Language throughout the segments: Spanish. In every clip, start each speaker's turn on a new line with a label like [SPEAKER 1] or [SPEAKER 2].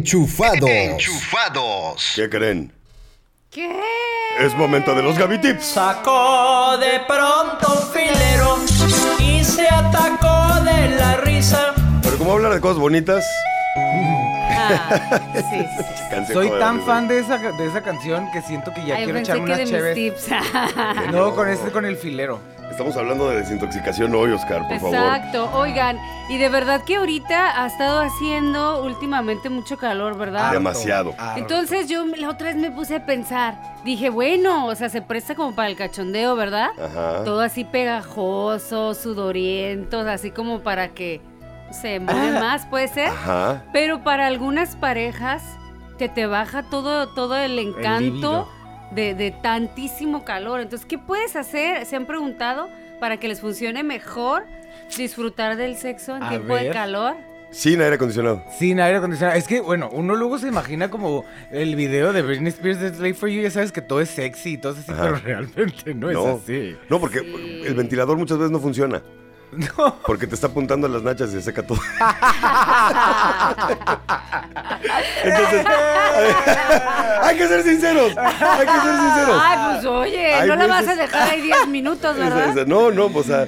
[SPEAKER 1] Enchufado.
[SPEAKER 2] Enchufados.
[SPEAKER 3] ¿Qué creen?
[SPEAKER 4] ¿Qué?
[SPEAKER 3] Es momento de los Gavitips.
[SPEAKER 5] Sacó de pronto un filero y se atacó de la risa.
[SPEAKER 3] Pero como hablar de cosas bonitas,
[SPEAKER 4] Ah, sí, sí.
[SPEAKER 3] canción
[SPEAKER 6] Soy
[SPEAKER 3] joder,
[SPEAKER 6] tan
[SPEAKER 3] güey.
[SPEAKER 6] fan de esa, de esa canción que siento que ya
[SPEAKER 4] Ay,
[SPEAKER 6] quiero
[SPEAKER 4] pensé
[SPEAKER 6] echarme
[SPEAKER 4] que de
[SPEAKER 6] unas
[SPEAKER 4] mis
[SPEAKER 6] chéves.
[SPEAKER 4] tips.
[SPEAKER 6] No, con este, con el filero.
[SPEAKER 3] Estamos hablando de desintoxicación hoy, Oscar, por favor.
[SPEAKER 4] Exacto, oigan, y de verdad que ahorita ha estado haciendo últimamente mucho calor, ¿verdad?
[SPEAKER 3] Demasiado.
[SPEAKER 6] Harto.
[SPEAKER 4] Entonces yo la otra vez me puse a pensar, dije, bueno, o sea, se presta como para el cachondeo, ¿verdad?
[SPEAKER 3] Ajá.
[SPEAKER 4] Todo así pegajoso, sudorientos, así como para que se mueve más, puede ser.
[SPEAKER 3] Ajá.
[SPEAKER 4] Pero para algunas parejas que te baja todo, todo el encanto de, de tantísimo calor. Entonces, ¿qué puedes hacer? Se han preguntado para que les funcione mejor disfrutar del sexo en
[SPEAKER 6] A
[SPEAKER 4] tiempo de
[SPEAKER 6] ver.
[SPEAKER 4] calor.
[SPEAKER 3] Sin aire acondicionado.
[SPEAKER 6] Sin aire acondicionado. Es que, bueno, uno luego se imagina como el video de Britney Spears de Slave for You. Ya sabes que todo es sexy y todo es así,
[SPEAKER 3] Ajá.
[SPEAKER 6] pero realmente
[SPEAKER 3] No.
[SPEAKER 6] no, es Pues así.
[SPEAKER 3] No, porque
[SPEAKER 4] Sí.
[SPEAKER 3] el ventilador muchas veces no funciona.
[SPEAKER 6] No.
[SPEAKER 3] Porque te está apuntando a las nachas y se seca todo. Entonces, hay que ser sinceros. Hay que ser sinceros.
[SPEAKER 4] Ay, pues oye,
[SPEAKER 3] Hay
[SPEAKER 4] no la vas a
[SPEAKER 3] veces-
[SPEAKER 4] dejar ahí 10 minutos,
[SPEAKER 3] Es-
[SPEAKER 4] ¿verdad?
[SPEAKER 3] es- No, no, o sea.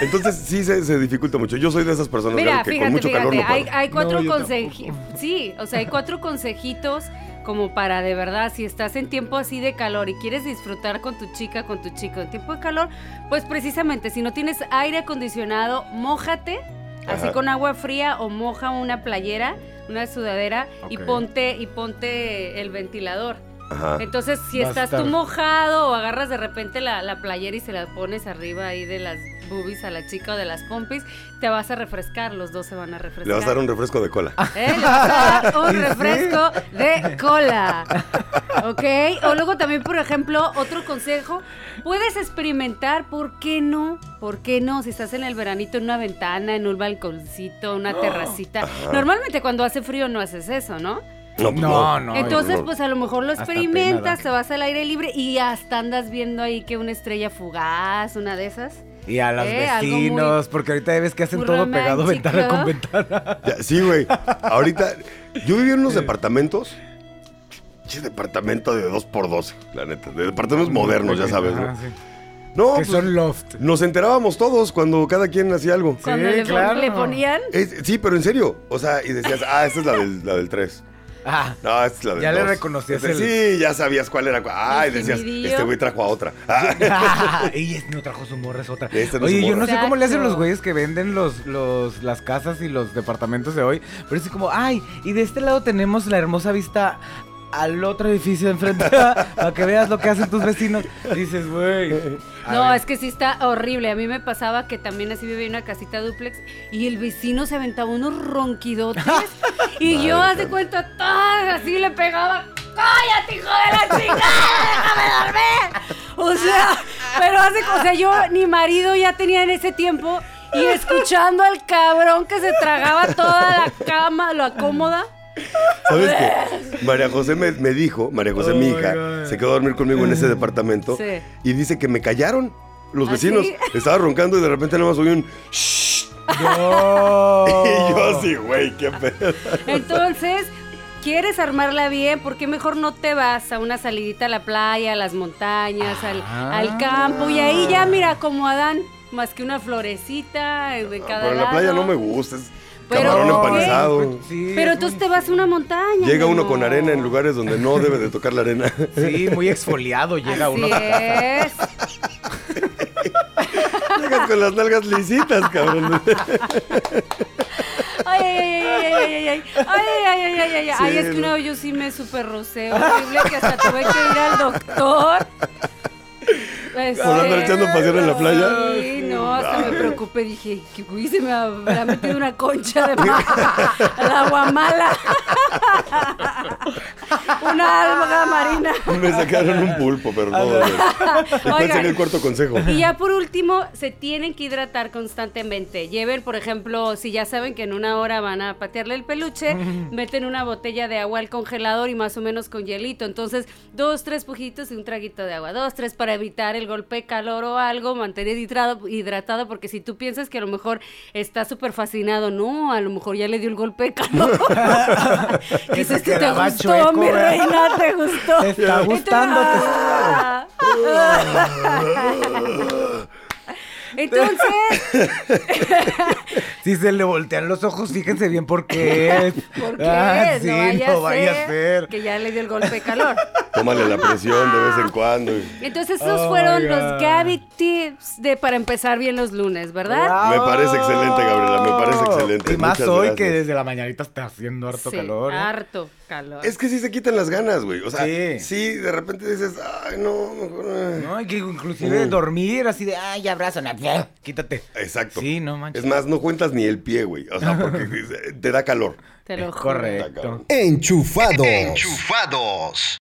[SPEAKER 3] Entonces sí se, se dificulta mucho. Yo soy de esas personas
[SPEAKER 4] Mira,
[SPEAKER 3] Gaby, que con
[SPEAKER 4] fíjate,
[SPEAKER 3] mucho calor
[SPEAKER 4] fíjate,
[SPEAKER 3] no puedo.
[SPEAKER 4] hay, hay cuatro
[SPEAKER 6] No, yo
[SPEAKER 4] consejitos. Sí, o sea, hay cuatro consejitos como para de verdad, si estás en tiempo así de calor y quieres disfrutar con tu chica, con tu chico en tiempo de calor, pues precisamente si no tienes aire acondicionado, mójate, así
[SPEAKER 3] Ajá.
[SPEAKER 4] con agua fría o moja una playera, una sudadera y
[SPEAKER 6] Ok.
[SPEAKER 4] ponte y ponte el ventilador.
[SPEAKER 3] Ajá.
[SPEAKER 4] Entonces, si
[SPEAKER 6] Va a
[SPEAKER 4] estás tú
[SPEAKER 6] estar-
[SPEAKER 4] mojado o agarras de repente la, la playera y se la pones arriba ahí de las boobies a la chica o de las pompis, te vas a refrescar, los dos se van a refrescar.
[SPEAKER 3] Le vas a dar un refresco de cola.
[SPEAKER 4] ¿Eh? Le vas a dar un refresco de cola. ¿Ok? O luego también, por ejemplo, otro consejo, puedes experimentar, ¿por qué no? ¿Por qué no? Si estás en el veranito en una ventana, en un balconcito, una terracita. Normalmente cuando hace frío no haces eso, ¿no?
[SPEAKER 3] No, pues,
[SPEAKER 6] No, no.
[SPEAKER 4] Entonces,
[SPEAKER 3] no.
[SPEAKER 4] pues a lo mejor lo
[SPEAKER 6] Hasta pena
[SPEAKER 4] experimentas,
[SPEAKER 6] da.
[SPEAKER 4] te vas al aire libre y hasta andas viendo ahí que una estrella fugaz, una de esas.
[SPEAKER 6] Y a los
[SPEAKER 4] Eh, algo muy-
[SPEAKER 6] vecinos, porque ahorita ya ves que hacen
[SPEAKER 4] muy
[SPEAKER 6] todo pegado
[SPEAKER 4] romántico.
[SPEAKER 6] ventana con ventana.
[SPEAKER 3] Ya, sí, güey. Ahorita, yo vivía en unos departamentos. Che, departamento de 2x12, la neta. De departamentos modernos, ya sabes,
[SPEAKER 6] Ajá,
[SPEAKER 3] ¿no?
[SPEAKER 6] Ah, sí.
[SPEAKER 3] No,
[SPEAKER 6] Que
[SPEAKER 3] pues,
[SPEAKER 6] son loft.
[SPEAKER 3] nos enterábamos todos cuando cada quien hacía algo.
[SPEAKER 4] Cuando le, pon-
[SPEAKER 6] claro.
[SPEAKER 4] le ponían.
[SPEAKER 3] Es- sí, pero en serio. O sea, y decías, ah, esta es la del, la del 3.
[SPEAKER 6] Ah,
[SPEAKER 3] No, esta es la del
[SPEAKER 6] Ya le
[SPEAKER 3] dos".
[SPEAKER 6] reconocías
[SPEAKER 3] Este, Sí, ya sabías cuál era. cuál. Ah, y decías,
[SPEAKER 4] Intimidillo.
[SPEAKER 3] este güey trajo a ootra. Ah,
[SPEAKER 6] y este no trajo su morra, es otra.
[SPEAKER 3] Este no es
[SPEAKER 6] Oye,
[SPEAKER 3] su
[SPEAKER 6] yo no
[SPEAKER 3] morra.
[SPEAKER 6] sé cómo le hacen
[SPEAKER 4] Exacto.
[SPEAKER 6] los güeyes que venden los, los, las casas y los departamentos de hoy, pero es como, ay, y de este lado tenemos la hermosa vista al otro edificio de enfrente, para que veas lo que hacen tus vecinos. Dices, güey. a
[SPEAKER 4] No,
[SPEAKER 6] ver,
[SPEAKER 4] es que sí está horrible. A mí me pasaba que también así vivía en una casita duplex y el vecino se aventaba unos ronquidotes y yo, haz de cuenta, ¡tas! así le pegaba. ¡Cállate, hijo de la chingada! ¡Déjame dormir! O sea, pero hace, o sea, yo ni marido ya tenía en ese tiempo y escuchando al cabrón que se tragaba toda la cama, lo acomoda.
[SPEAKER 3] ¿Sabes qué? María José me, me dijo, María José, mi
[SPEAKER 6] Oh,
[SPEAKER 3] hija,
[SPEAKER 6] God.
[SPEAKER 3] se quedó a dormir conmigo en ese departamento.
[SPEAKER 4] Sí.
[SPEAKER 3] Y dice que me callaron los
[SPEAKER 4] ¿Ah,
[SPEAKER 3] vecinos.
[SPEAKER 4] sí?
[SPEAKER 3] Estaba roncando y de repente nada más oí un shh.
[SPEAKER 6] no.
[SPEAKER 3] Y yo así, güey, qué pedo.
[SPEAKER 4] Entonces, ¿quieres armarla bien? ¿Por qué mejor no te vas a una salidita a la playa, a las montañas, al,
[SPEAKER 6] Ah.
[SPEAKER 4] al campo? Y ahí ya, mira, como Adán, más que una florecita eh, de cada
[SPEAKER 3] Pero en la playa
[SPEAKER 4] lado.
[SPEAKER 3] no me gusta. Es
[SPEAKER 4] Pero-
[SPEAKER 3] camarón
[SPEAKER 4] No,
[SPEAKER 3] empanizado.
[SPEAKER 6] Sí,
[SPEAKER 4] Pero
[SPEAKER 6] es
[SPEAKER 4] entonces
[SPEAKER 6] muy-
[SPEAKER 4] te vas a una montaña.
[SPEAKER 3] Llega
[SPEAKER 4] mi
[SPEAKER 3] uno con
[SPEAKER 4] amor.
[SPEAKER 3] arena en lugares donde no debe de tocar la arena.
[SPEAKER 6] Sí, muy exfoliado llega
[SPEAKER 4] Así
[SPEAKER 6] uno.
[SPEAKER 4] es.
[SPEAKER 3] Llegas con las nalgas lisitas, cabrón.
[SPEAKER 4] Ay, ay, ay, ay, ay, ay, ay, ay, ay, ay, ay, ay, ay, ay, es que
[SPEAKER 3] Sí,
[SPEAKER 4] una
[SPEAKER 3] no.
[SPEAKER 4] vez yo sí me super rocé, horrible, que hasta tuve que ir al doctor. Este,
[SPEAKER 3] Por andar echando pasión en la playa. Ah.
[SPEAKER 4] Sí, no, hasta me preocupé, dije, que güey, se me habrá metido una concha de paja al agua mala. una alga marina.
[SPEAKER 3] Me sacaron un pulpo, pero no. güey. ¿Cuál
[SPEAKER 4] Oigan.
[SPEAKER 3] sería el cuarto consejo?
[SPEAKER 4] Y ya por último, se tienen que hidratar constantemente. Lleven, por ejemplo, si ya saben que en una hora van a patearle el peluche, meten una botella de agua al congelador y más o menos con hielito. Entonces, dos, tres pujitos y un traguito de agua. Dos, tres para evitar el golpe de calor o algo, mantener hidratado, hidratado porque si tú piensas que a lo mejor está súper fascinado, no, a lo mejor ya le dio el golpe de calor. Dices que te
[SPEAKER 6] quedaba
[SPEAKER 4] gustó,
[SPEAKER 6] chueco,
[SPEAKER 4] mi
[SPEAKER 6] ¿verdad?
[SPEAKER 4] reina, te gustó.
[SPEAKER 6] Te está
[SPEAKER 4] Y tú,
[SPEAKER 6] gustando, te-
[SPEAKER 4] "Ah". Entonces,
[SPEAKER 6] Si se le voltean los ojos, fíjense bien por qué es.
[SPEAKER 4] ¿por qué?
[SPEAKER 6] Ah, sí,
[SPEAKER 4] no vaya,
[SPEAKER 6] a ser.
[SPEAKER 4] que ya le dio el golpe de calor.
[SPEAKER 3] Tómale la presión de vez en cuando. y-
[SPEAKER 4] Entonces esos
[SPEAKER 6] Oh,
[SPEAKER 4] fueron
[SPEAKER 6] my God.
[SPEAKER 4] los Gaby Tips de para empezar bien los lunes, ¿verdad?
[SPEAKER 6] Bravo.
[SPEAKER 3] Me parece excelente, Gabriela, me parece excelente.
[SPEAKER 6] Y más
[SPEAKER 3] Muchas
[SPEAKER 6] hoy
[SPEAKER 3] gracias.
[SPEAKER 6] que desde la mañanita está haciendo harto
[SPEAKER 4] Sí, Ah,
[SPEAKER 6] calor. ¿eh?
[SPEAKER 4] harto calor.
[SPEAKER 3] Es que sí se quitan las ganas, güey. O sea,
[SPEAKER 6] Sí.
[SPEAKER 3] sí, de repente dices, ay, no, mejor. eh".
[SPEAKER 6] No, y que inclusive
[SPEAKER 3] Mm.
[SPEAKER 6] dormir así de, ay, abrázame, quítate.
[SPEAKER 3] Exacto.
[SPEAKER 6] Sí, no manches.
[SPEAKER 3] Es más, no cuentas ni el pie, güey. O sea, porque dice, te da calor.
[SPEAKER 4] Te lo
[SPEAKER 6] Es
[SPEAKER 4] juro.
[SPEAKER 3] Está cabrón.
[SPEAKER 6] correcto.
[SPEAKER 2] Enchufados. Enchufados.